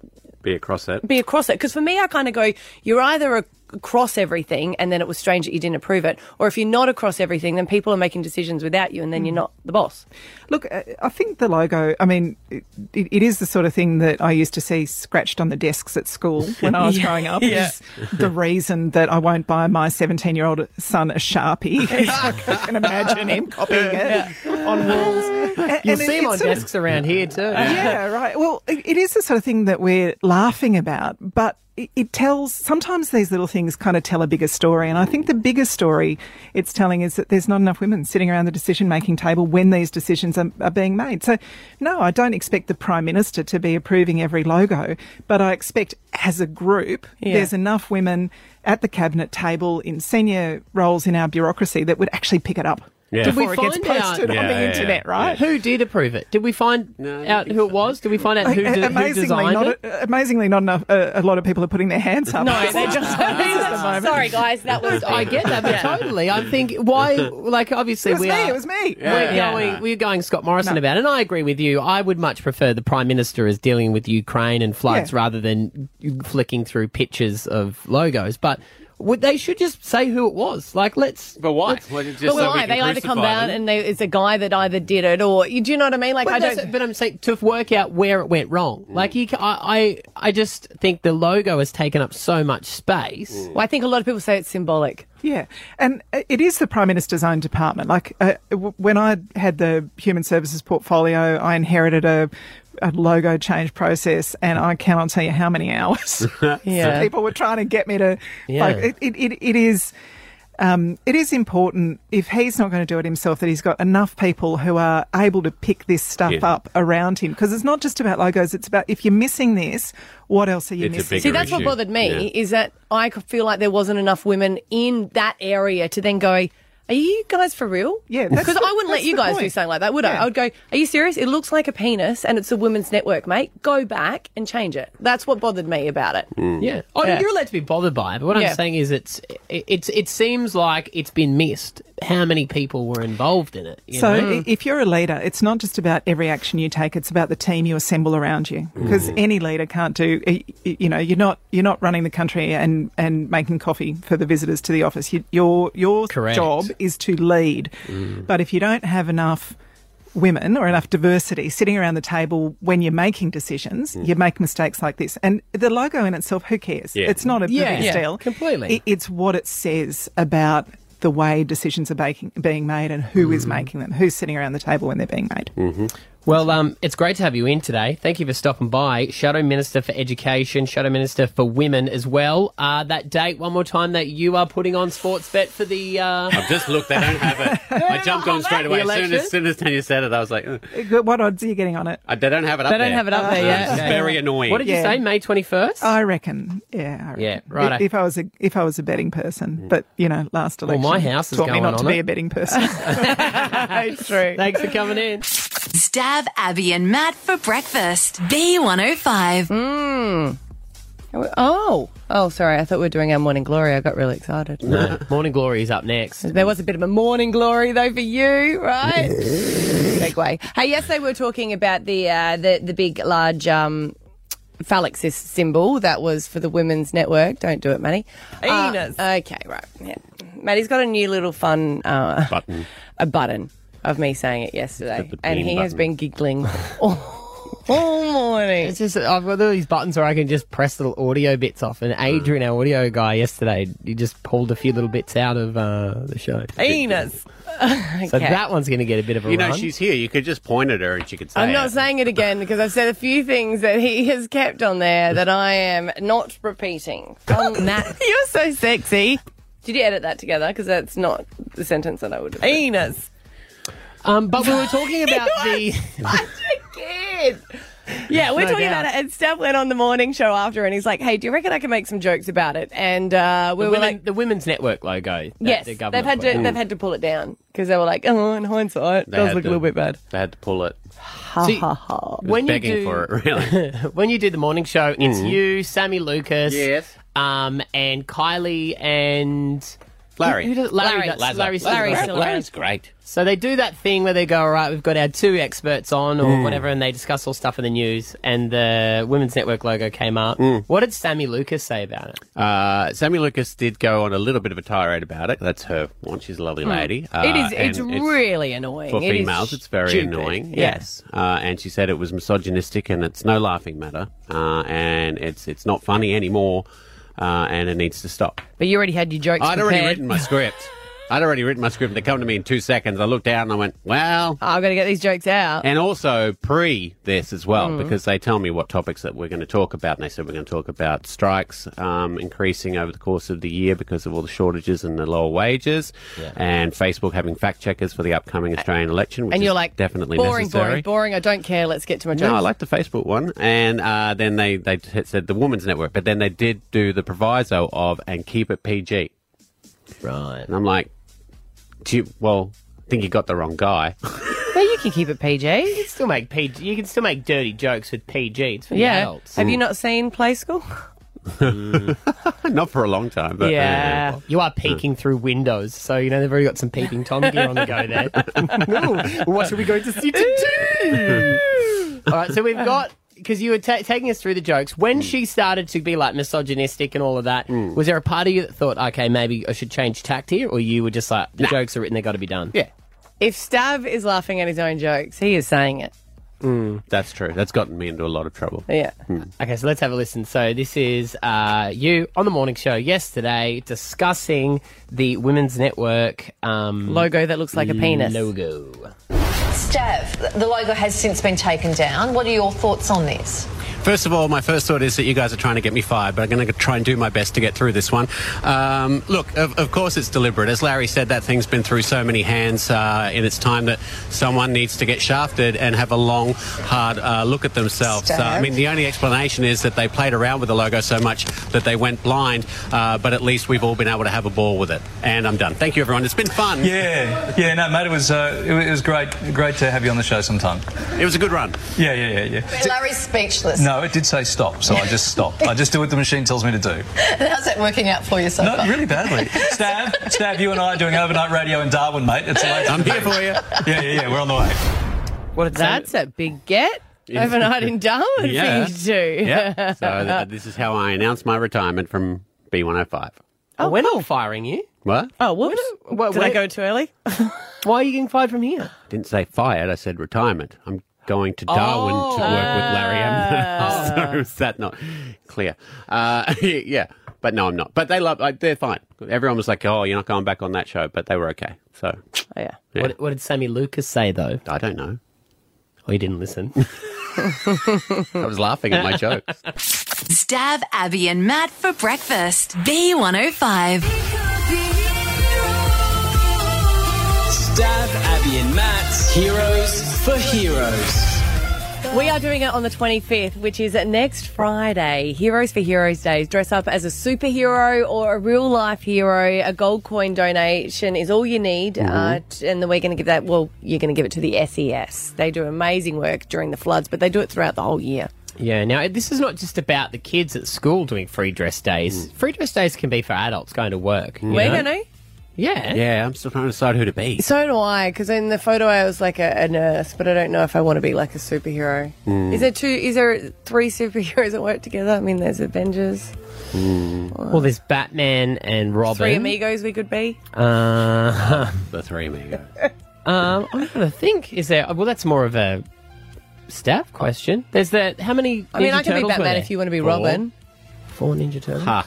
Be across that. be across it? Because for me, I kind of go, you're either ac- across everything, and then it was strange that you didn't approve it, or if you're not across everything, then people are making decisions without you, and then Mm. you're not the boss. Look, uh, I I think the logo, I mean, it, it it is the sort of thing that I used to see scratched on the desks at school when I was Yeah. growing up. Yeah. It's the reason that I won't buy my 17 year old son a Sharpie. I can imagine him copying it on walls. And- You'll and it- see them it's on sort of- desks around here too. Yeah, right. Well, it, it is the sort of thing that we're laughing about, but it, it tells sometimes these little things kind of tell a bigger story. And I think the biggest story it's telling is that there's not enough women sitting around the decision making table when these decisions are, are being made. So, no, I don't expect the Prime Minister to be approving every logo, but I expect as a group, Yeah. there's enough women at the cabinet table in senior roles in our bureaucracy that would actually pick it up. Yeah. Did we Before it find gets out posted on Yeah, the yeah, internet, yeah. right? Who did approve it? Did we find out who it was? Did we find out who, A- did, who amazingly, designed not, it? a- amazingly, not enough. Uh, a lot of people are putting their hands up. No, they're just- Sorry, guys, that was. I get that, but totally. I think why, like, obviously It was we me, are- it was me. We're Yeah. going, Yeah. we're going Scott Morrison No. about, it, and I agree with you. I would much prefer the Prime Minister is dealing with Ukraine and floods Yeah. rather than flicking through pictures of logos, but. Would, they should just say who it was. Like, let's. But why? but why? They either come down and they, it's a guy that either did it or you do you know what I mean? Like But I that's don't. it, But I'm saying to work out where it went wrong. Mm. Like you, ca- I, I, I just think the logo has taken up so much space. Well, I think a lot of people say it's symbolic. Yeah, and uh, it is the Prime Minister's own department. Like uh, w- when I had the Human Services portfolio, I inherited a, a logo change process, and I cannot tell you how many hours Yeah. people were trying to get me to. Yeah. Like, it, it, it, it is. Um, it is important if he's not going to do it himself that he's got enough people who are able to pick this stuff Yeah. up around him because it's not just about logos. It's about if you're missing this, what else are you missing? See, that's what bothered me is that I could feel like there wasn't enough women in that area to then go, "Are you guys for real?" Yeah, that's because the- I wouldn't let that's you the guys do point. something like that, would I? Yeah. I would go, "Are you serious? It looks like a penis, and it's a women's network, mate. Go back and change it." That's what bothered me about it. Yeah. Oh, Yeah. you're allowed to be bothered by it, but what Yeah. I'm saying is, it's it, it's it seems like it's been missed. How many people were involved in it? you So, know? i if you're a leader, it's not just about every action you take; it's about the team you assemble around you. Because any leader can't do, y- y- you know, you're not you're not running the country and and making coffee for the visitors to the office. You, your your Correct. job is to lead. Mm. But if you don't have enough women or enough diversity sitting around the table when you're making Hmm. decisions, you make mistakes like this. And the logo in itself, who cares? Yeah. It's not a Yeah. big Yeah, deal. completely. It- it's what it says about the way decisions are baking, being made and who Hmm. is making them, who's sitting around the table when they're being made. Mm-hmm. Well, um, it's great to have you in today. Thank you for stopping by. Shadow Minister for Education, Shadow Minister for Women as well. Uh, that date, one more time, that you are putting on Sportsbet for the. Uh... I've just looked. They don't have it. I jumped on straight away. As soon as, Election? soon as Tanya said it, I was like, "Ugh." What odds are you getting on it? I- they don't have it up They there. don't have it up there Uh, yet. It's Yeah. very annoying. What did you Yeah. say? May twenty first. I reckon, yeah. I reckon. Yeah, righto. If I was a if I was a betting Hmm. person, but you know, last Well, election, my house is taught me going not on to be it. a betting person. True. Thanks for coming in. Stab Abby and Matt for breakfast. B105. Mm. Oh, oh, sorry. I thought we were doing our morning glory. I got really excited. No, Morning Glory is up next. There was a bit of a morning glory though for you, right? Segue. Hey, yesterday we were talking about the uh, the the big large um, phallic sys- symbol that was for the women's network. Don't do it, Maddie. Uh, okay, right. Yeah, Maddie's got a new little fun uh, button. A button of me saying it yesterday, The and meme he has button. been giggling. all all morning. It's just I've got all these buttons where I can just press little audio bits off. And Adrian, our audio guy, yesterday he just pulled a few little bits out of uh, the show. Penis. okay. So that one's going to get a bit of a You know, run. she's here. You could just point at her and she could say I'm not it. saying it again because I've said a few things that he has kept on there that I am not repeating. Um, Matt, you're so sexy. Did you edit that together? Because that's not the sentence that I would have. Penis. Um, but we were talking about the. Kid. Yeah, we're No talking doubt. about it. And Steph went on the morning show after, and he's like, "Hey, do you reckon I can make some jokes about it?" And uh, we the, were women, like, the Women's Network logo. that "Yes, the they've government had to put- they've had to pull it down because they were like, oh, in hindsight, it They does had look to- a little bit bad." They had to pull it. See, when you begging do, for it, really. when you do the morning show, it's Mhm. you, Sammy Lucas, Yes. um, and Kylie and Larry. Who does, Larry, does- Lazar. Larry, Larry's Silver. great. Larry's great. So they do that thing where they go, all right, we've got our two experts on or Mm. whatever, and they discuss all stuff in the news. And the Women's Network logo came up. Mm. What did Sammy Lucas say about it? Uh, Sammy Lucas did go on a little bit of a tirade about it. That's her one. She's a lovely Hmm. lady. Uh, Mm. it is. and It's really annoying For It is females, it's very stupid. annoying. Yeah. Yes, uh, and she said it was misogynistic, and it's no laughing matter, uh, and it's it's not funny anymore, uh, and it needs to stop. But you already had your jokes. I'd already prepared. written my script. I'd already written my script. They come to me in two seconds. I looked down and I went, "Well." Oh, I've got to get these jokes out. And also pre this as well, Mm. because they tell me what topics that we're going to talk about. And they said we're going to talk about strikes um, increasing over the course of the year because of all the shortages and the lower wages, Yeah. and Facebook having fact checkers for the upcoming Australian election, which and is you're like definitely boring, necessary. boring, boring. I don't care. Let's get to my jokes. No, I like the Facebook one. And uh, then they, they t- said the Women's Network, but then they did do the proviso of and keep it PG. Right. And I'm like, do you, well, think you got the wrong guy. Well, you can keep it PG. You can still make PG. You can still make dirty jokes with PG. It's for the yeah. adults. Have you not seen Play School? Not for a long time, but yeah, you are peeking through windows, so you know they've already got some peeking Tom gear on the go there. Ooh, what are we going to see today? All right, so we've got because you were ta- taking us through the jokes Hmm. when she started to be like misogynistic and all of that. Was there a part of you that thought, okay, maybe I should change tact here, or you were just like, the jokes are written, they got to be done? Yeah, If Stav is laughing at his own jokes, he is saying it. Hmm. that's true. That's gotten me into a lot of trouble. Yeah. Hmm. Okay, so let's have a listen. So this is uh, you on the morning show yesterday discussing the Women's Network um, Logo that looks like a penis. Logo. Stav, the logo has since been taken down. What are your thoughts on this? First of all, my first thought is that you guys are trying to get me fired, but I'm going to try and do my best to get through this one. Um, look, of, of course it's deliberate. As Larry said, that thing's been through so many hands uh, in its time that someone needs to get shafted and have a long, hard uh, look at themselves. Uh, I Stab. mean, the only explanation is that they played around with the logo so much that they went blind, uh, but at least we've all been able to have a ball with it. And I'm done. Thank you, everyone. It's been fun. Yeah, yeah, no, mate, it was uh, it wa- it was great, great to have you on the show sometime. It was a good run. Yeah, yeah, yeah, yeah. Larry's speechless. No, it did say stop, so I just stopped. I just do what the machine tells me to do. How's that working out for you so No, far? really badly. Stab, Stab, you and I are doing overnight radio in Darwin, mate. It's late. I'm here for you. Yeah, yeah, yeah, we're on the way. What That's a big get Yeah. overnight in Darwin Yeah. Oh, for you to do. Yeah. So th- this is how I announce my retirement from B105. Oh, we're not firing you. What? Oh, whoops. Did I go too early? Why are you getting fired from here? didn't say fired. I said retirement. I'm going to Darwin to work with Oh, Larry M. so is that not clear? Uh, yeah, but no, I'm not. But they love. Like, they're fine. Everyone was like, "Oh, you're not going back on that show," but they were okay. So Oh, yeah. What, what did Sammy Lucas say though? I don't know. Oh, he didn't listen. I was laughing at my jokes. Stab Abby and Matt for breakfast. B105. Stab Abby and Matt, heroes for heroes. We are doing it on the 25th, which is next Friday. Heroes for Heroes Days. Dress up as a superhero or a real life hero. A gold coin donation is all you need. Uh, Mhm. t- and then we're going to give that, well, you're going to give it to the SES. They do amazing work during the floods, but they do it throughout the whole year. Yeah, now this is not just about the kids at school doing free dress Hmm. days. Free dress days can be for adults going to work. you We're know? going to. Yeah. Yeah, I'm still trying to decide who to be. So do I, because in the photo I was like a, a nurse, but I don't know if I want to be like a superhero. Mm. Is there two? Is there three superheroes that work together? I mean, there's Avengers, Well, there's Batman and Robin. three amigos we could be. Uh, the three amigos. um, I'm trying to think. Is there? Well, that's more of a staff question. There's that. How many? I mean, Ninja I could be Turtles were Batman there? if you want to be Robin. Four Ninja Turtles. Ha!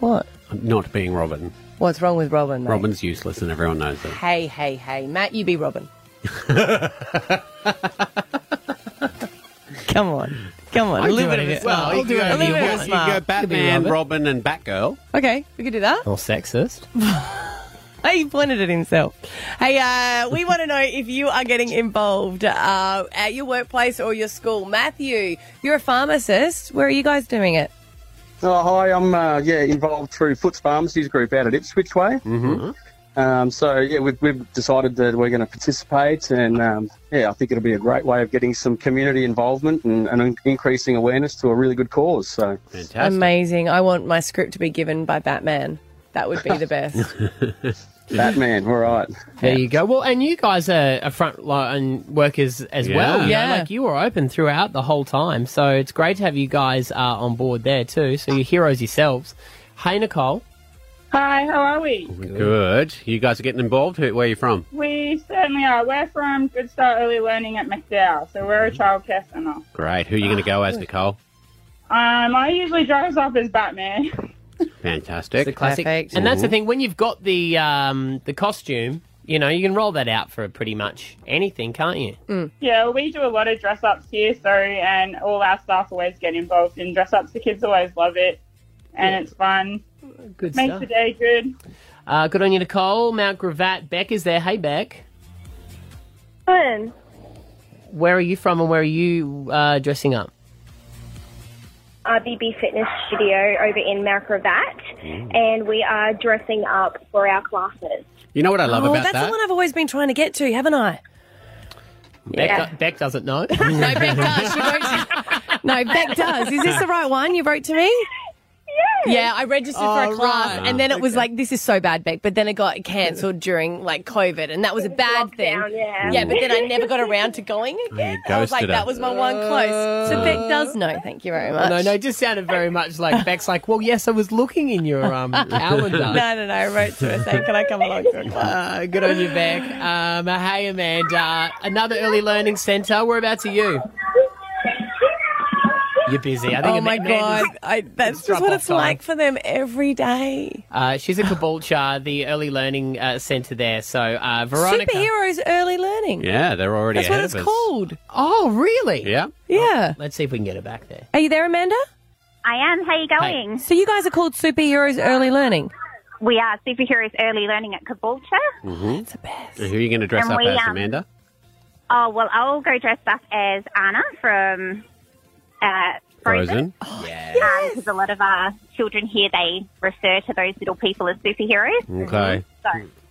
What? I'm Not being Robin. What's wrong with Robin? Mate? Robin's useless, and everyone knows that. Hey, hey, hey, Matt, you be Robin. Come on, come on, I a do little bit of whatever- a smile. well, you I'll do go- it. A you little bit go- of a you smile. go Batman, Robin, and Batgirl. Okay, we could do that. Or sexist. Hey, he pointed at himself. Hey, uh, we want to know if you are getting involved uh, at your workplace or your school. Matthew, you're a pharmacist. Where are you guys doing it? Oh, hi, I'm uh, yeah involved through Foots Pharmacies Group out at Ipswich Way. Mm-hmm. Um, so yeah, we've, we've decided that we're going to participate, and um, yeah, I think it'll be a great way of getting some community involvement and, and in- increasing awareness to a really good cause. So Amazing. I want my script to be given by Batman. That would be the best. Batman, all right. There you go. Well, and you guys are, are frontline workers as Yeah. well. you know, Yeah. like you were open throughout the whole time. So it's great to have you guys uh, on board there too. So you're heroes yourselves. Hey, Nicole. Hi, how are we? Good. You guys are getting involved. Who, where are you from? We certainly are. We're from Good Start Early Learning at McDowell, so we're a childcare centre. Great. Who are you going to go as, Nicole? Um, I usually dress up as Batman. Fantastic. the classic. And that's the thing. When you've got the um, the costume, you know, you can roll that out for pretty much anything, can't you? Yeah, well, we do a lot of dress ups here, so and all our staff always get involved in dress ups. The kids always love it, and it's fun. Good Makes stuff. the day good. Uh, good on you, Nicole. Mount Gravatt. Beck is there. Hey, Beck. Fun. Where are you from, and where are you uh, dressing up? RBB Fitness Studio over in Mount Gravatt, and we are dressing up for our classes. You know what I love oh, about that's that? the one I've always been trying to get to, haven't I? Beck, Yeah. do- Beck doesn't know. no, Beck does. She wrote- no, Beck does. Is this the right one you wrote to me? Yeah, I registered for Oh, a class, right. and then it was like, "This is so bad, Beck." But then it got cancelled during like COVID, and that was a bad thing. yeah. but then I never got around to going again. you I was like, ghosted her. "That was my one close." So Beck does know. Thank you very much. No, no, it just sounded very much like Beck's like, well, yes, I was looking in your um, calendar. no, no, no. I wrote to her saying, "Can I come along to a class?" Uh, good on you, Beck. Um, hey, Amanda. Another early learning centre. We're about to you. You're busy. I think oh Ama- my Amanda's- god, I, that's drop just what off it's time. like for them every day. Uh, she's at Caboolture, the early learning uh, centre there. So, uh, Veronica. Superheroes early learning. Yeah, they're already That's what ahead it's of us. called. Oh, really? Yeah. Yeah. Let's see if we can get her back there. Are you there, Amanda? I am. How are you going? So you guys are called superheroes early learning. We are Superheroes Early Learning at Caboolture. Mm-hmm. It's the best. Who are you going to dress And up we, as, um, Amanda? Oh, well, I'll go dressed up as Anna from uh, Frozen. Because a lot of our children here, they refer to those little people as superheroes. Okay. So,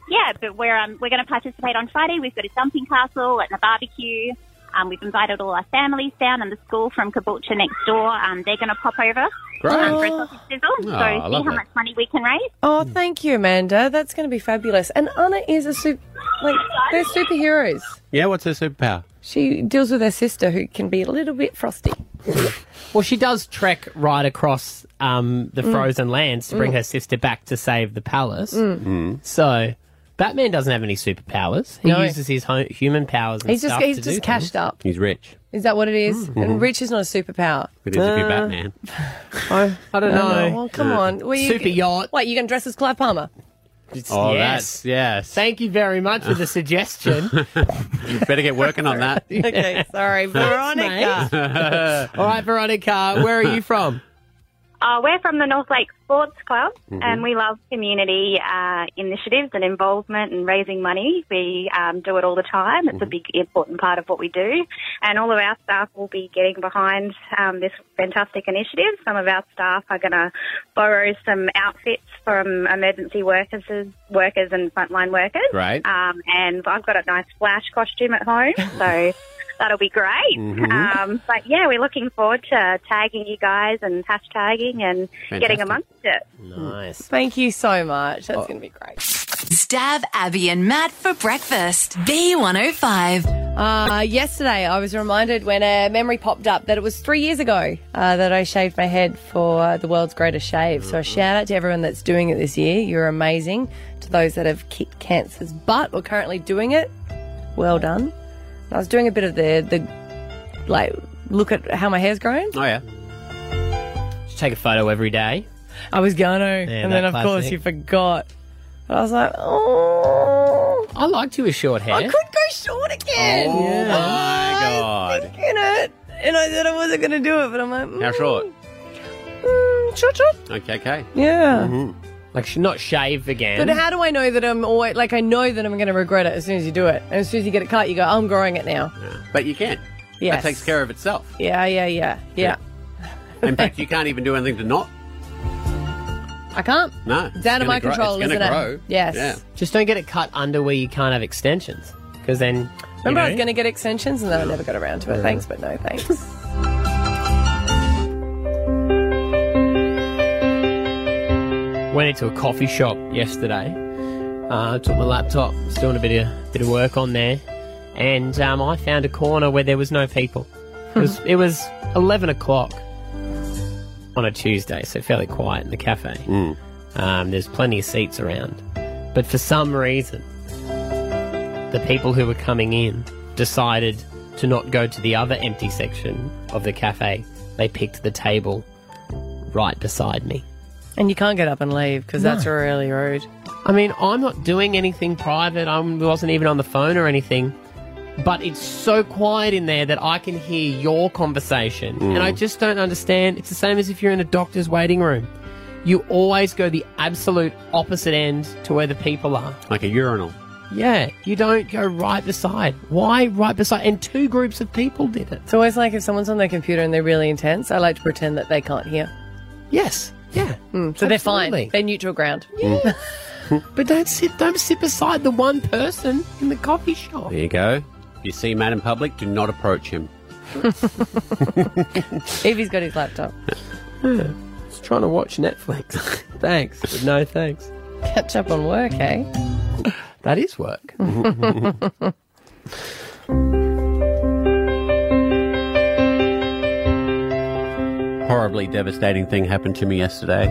yeah, but we're, um, we're going to participate on Friday. We've got a jumping castle and a barbecue. Um, we've invited all our families down and the school from Caboolture next door. Um, they're going to pop over Great. um, for a sausage sizzle. Oh, so I see how love that. much money we can raise. Oh, thank you, Amanda. That's going to be fabulous. And Anna is a super, like, they're superheroes. Yeah, what's her superpower? She deals with her sister, who can be a little bit frosty. Well, she does trek right across um, the Mm. frozen lands to bring Mm. her sister back to save the palace. Mm. So, Batman doesn't have any superpowers. He No. uses his ho- human powers and He's just- stuff he's to just do cashed things. up. He's rich. Is that what it is? Mhm. And rich is not a superpower. It is if you're Uh, Batman. I, I don't know. Well, come Uh, on. Were you, Super yacht. What, you going to dress as Clive Palmer? Oh, yes. that's yes. Thank you very much for the suggestion. You better get working on that. okay, sorry, Veronica. All right, Veronica, where are you from? Uh, we're from the North Lake Sports Club, Mhm. and we love community uh, initiatives and involvement and raising money. We um, do it all the time. It's a Mm-hmm. big, important part of what we do. And all of our staff will be getting behind um, this fantastic initiative. Some of our staff are going to borrow some outfits from emergency workers, workers and frontline workers. Right. Um, and I've got a nice flash costume at home, so that'll be great. Mm-hmm. Mhm. Um, but yeah, we're looking forward to tagging you guys and hashtagging and Fantastic. getting amongst it. Nice. Thank you so much. That's going to be great. Stab Abby and Matt for breakfast. B105. Uh, yesterday, I was reminded when a memory popped up that it was three years ago uh, that I shaved my head for uh, the world's greatest shave. So, a shout out to everyone that's doing it this year. You're amazing. To those that have kicked cancer's butt or currently doing it, well done. And I was doing a bit of the, the like, look at how my hair's grown. Oh yeah. Just take a photo every day. I was gonna, and then, of course, you forgot. And I was like, oh. I liked you with short hair. I could go short again. Oh, Yeah. my God. in it. And I said I wasn't going to do it, but I'm like, mm, How short? short, short. Okay, okay. Mm-hmm. Yeah. Like, she's not shaved again. But how do I know that I'm always, like, I know that I'm going to regret it as soon as you do it. And as soon as you get it cut, you go, I'm growing it now. But you can. Yes. That takes care of itself. Yeah, yeah, yeah, yeah. In fact, you can't even do anything to not. I can't. No. It's out of my gonna grow- control, it's isn't gonna it? grow. Yes. Just don't get it cut under where you can't have extensions. Because then. you Remember, I was know- going to get extensions and then I never got around to it. Yeah. Thanks, but no thanks. Went into a coffee shop yesterday. Uh, took my laptop, was doing a bit of bit of work on there, and um, I found a corner where there was no people. It was, it was eleven o'clock on a Tuesday, so fairly quiet in the cafe. Um, there's plenty of seats around, but for some reason, the people who were coming in decided to not go to the other empty section of the cafe. They picked the table right beside me. And you can't get up and leave because that's No. really rude. I mean, I'm not doing anything private. I wasn't even on the phone or anything. But it's so quiet in there that I can hear your conversation. Mm. And I just don't understand. It's the same as if you're in a doctor's waiting room. You always go the absolute opposite end to where the people are. Like a urinal. Yeah, you don't go right beside. Why right beside? And two groups of people did it. It's always like if someone's on their computer and they're really intense, I like to pretend that they can't hear. Hmm, Yes. Yeah. so they're fine. Absolutely. They're neutral ground. but don't sit don't sit beside the one person in the coffee shop. There you go. If you see a man in public, do not approach him. if he's got his laptop. Just trying to watch Netflix. thanks, but no thanks. Catch up on work, eh? That is work. Horribly devastating thing happened to me yesterday.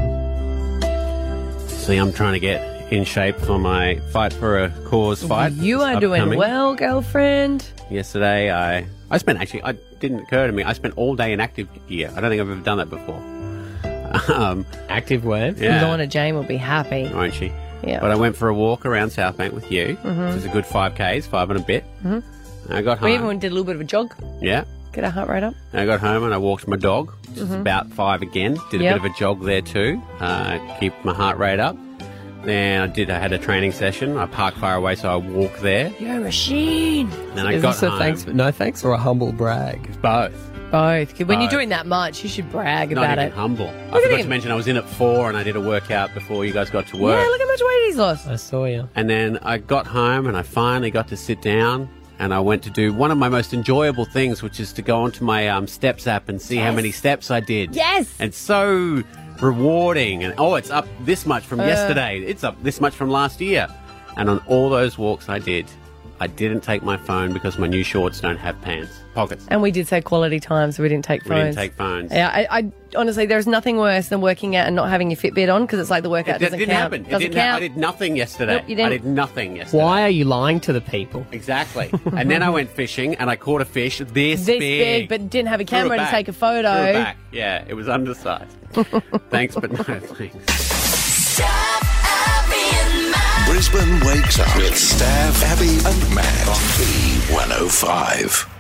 See, I'm trying to get in shape for my fight for a cause fight. You that's are doing upcoming. well, girlfriend. Yesterday, I I spent actually I didn't occur to me. I spent all day in active gear. I don't think I've ever done that before. Um, active wave, Lorna Jane will be happy. aren't she? Yeah. But I went for a walk around Southbank with you. Mhm. It was a good five k's, five and a bit. Mhm. And I got home. We even did a little bit of a jog. yeah. Get our heart rate up. And I got home and I walked my dog, which is Mhm. about five again. Did a Yep. bit of a jog there too, uh, keep my heart rate up. Then I did. I had a training session. I parked far away, so I walked there. You're a machine. Then I got home. thanks, but no thanks, or a humble brag? Both. Both. When you're Both. doing that much, you should brag Not about Uh, even it. humble. Look I at forgot to him. mention I was in at four and I did a workout before you guys got to work. Yeah, look how much weight he's lost. I saw you. And then I got home and I finally got to sit down and I went to do one of my most enjoyable things, which is to go onto my um, Steps app and see how many steps I did. Yes. It's so rewarding. And oh, it's up this much from Uh. yesterday. It's up this much from last year. And on all those walks I did, I didn't take my phone because my new shorts don't have pants pockets. And we did say quality time, so we didn't take We didn't phones. take phones. Yeah, I, I honestly, there's nothing worse than working out and not having your Fitbit on because it's like the workout That doesn't didn't count. happen. It Doesn't didn't ha- count. I did nothing yesterday. Nope, you didn't. I did nothing yesterday. Why are you lying to the people? Exactly. and then I went fishing and I caught a fish this, this big, but didn't have a Threw it camera to back. take a Threw it photo. back. Yeah, it was undersized. thanks, but no thanks. oh Brisbane wakes up with Stav, Abby, and Matt on B105.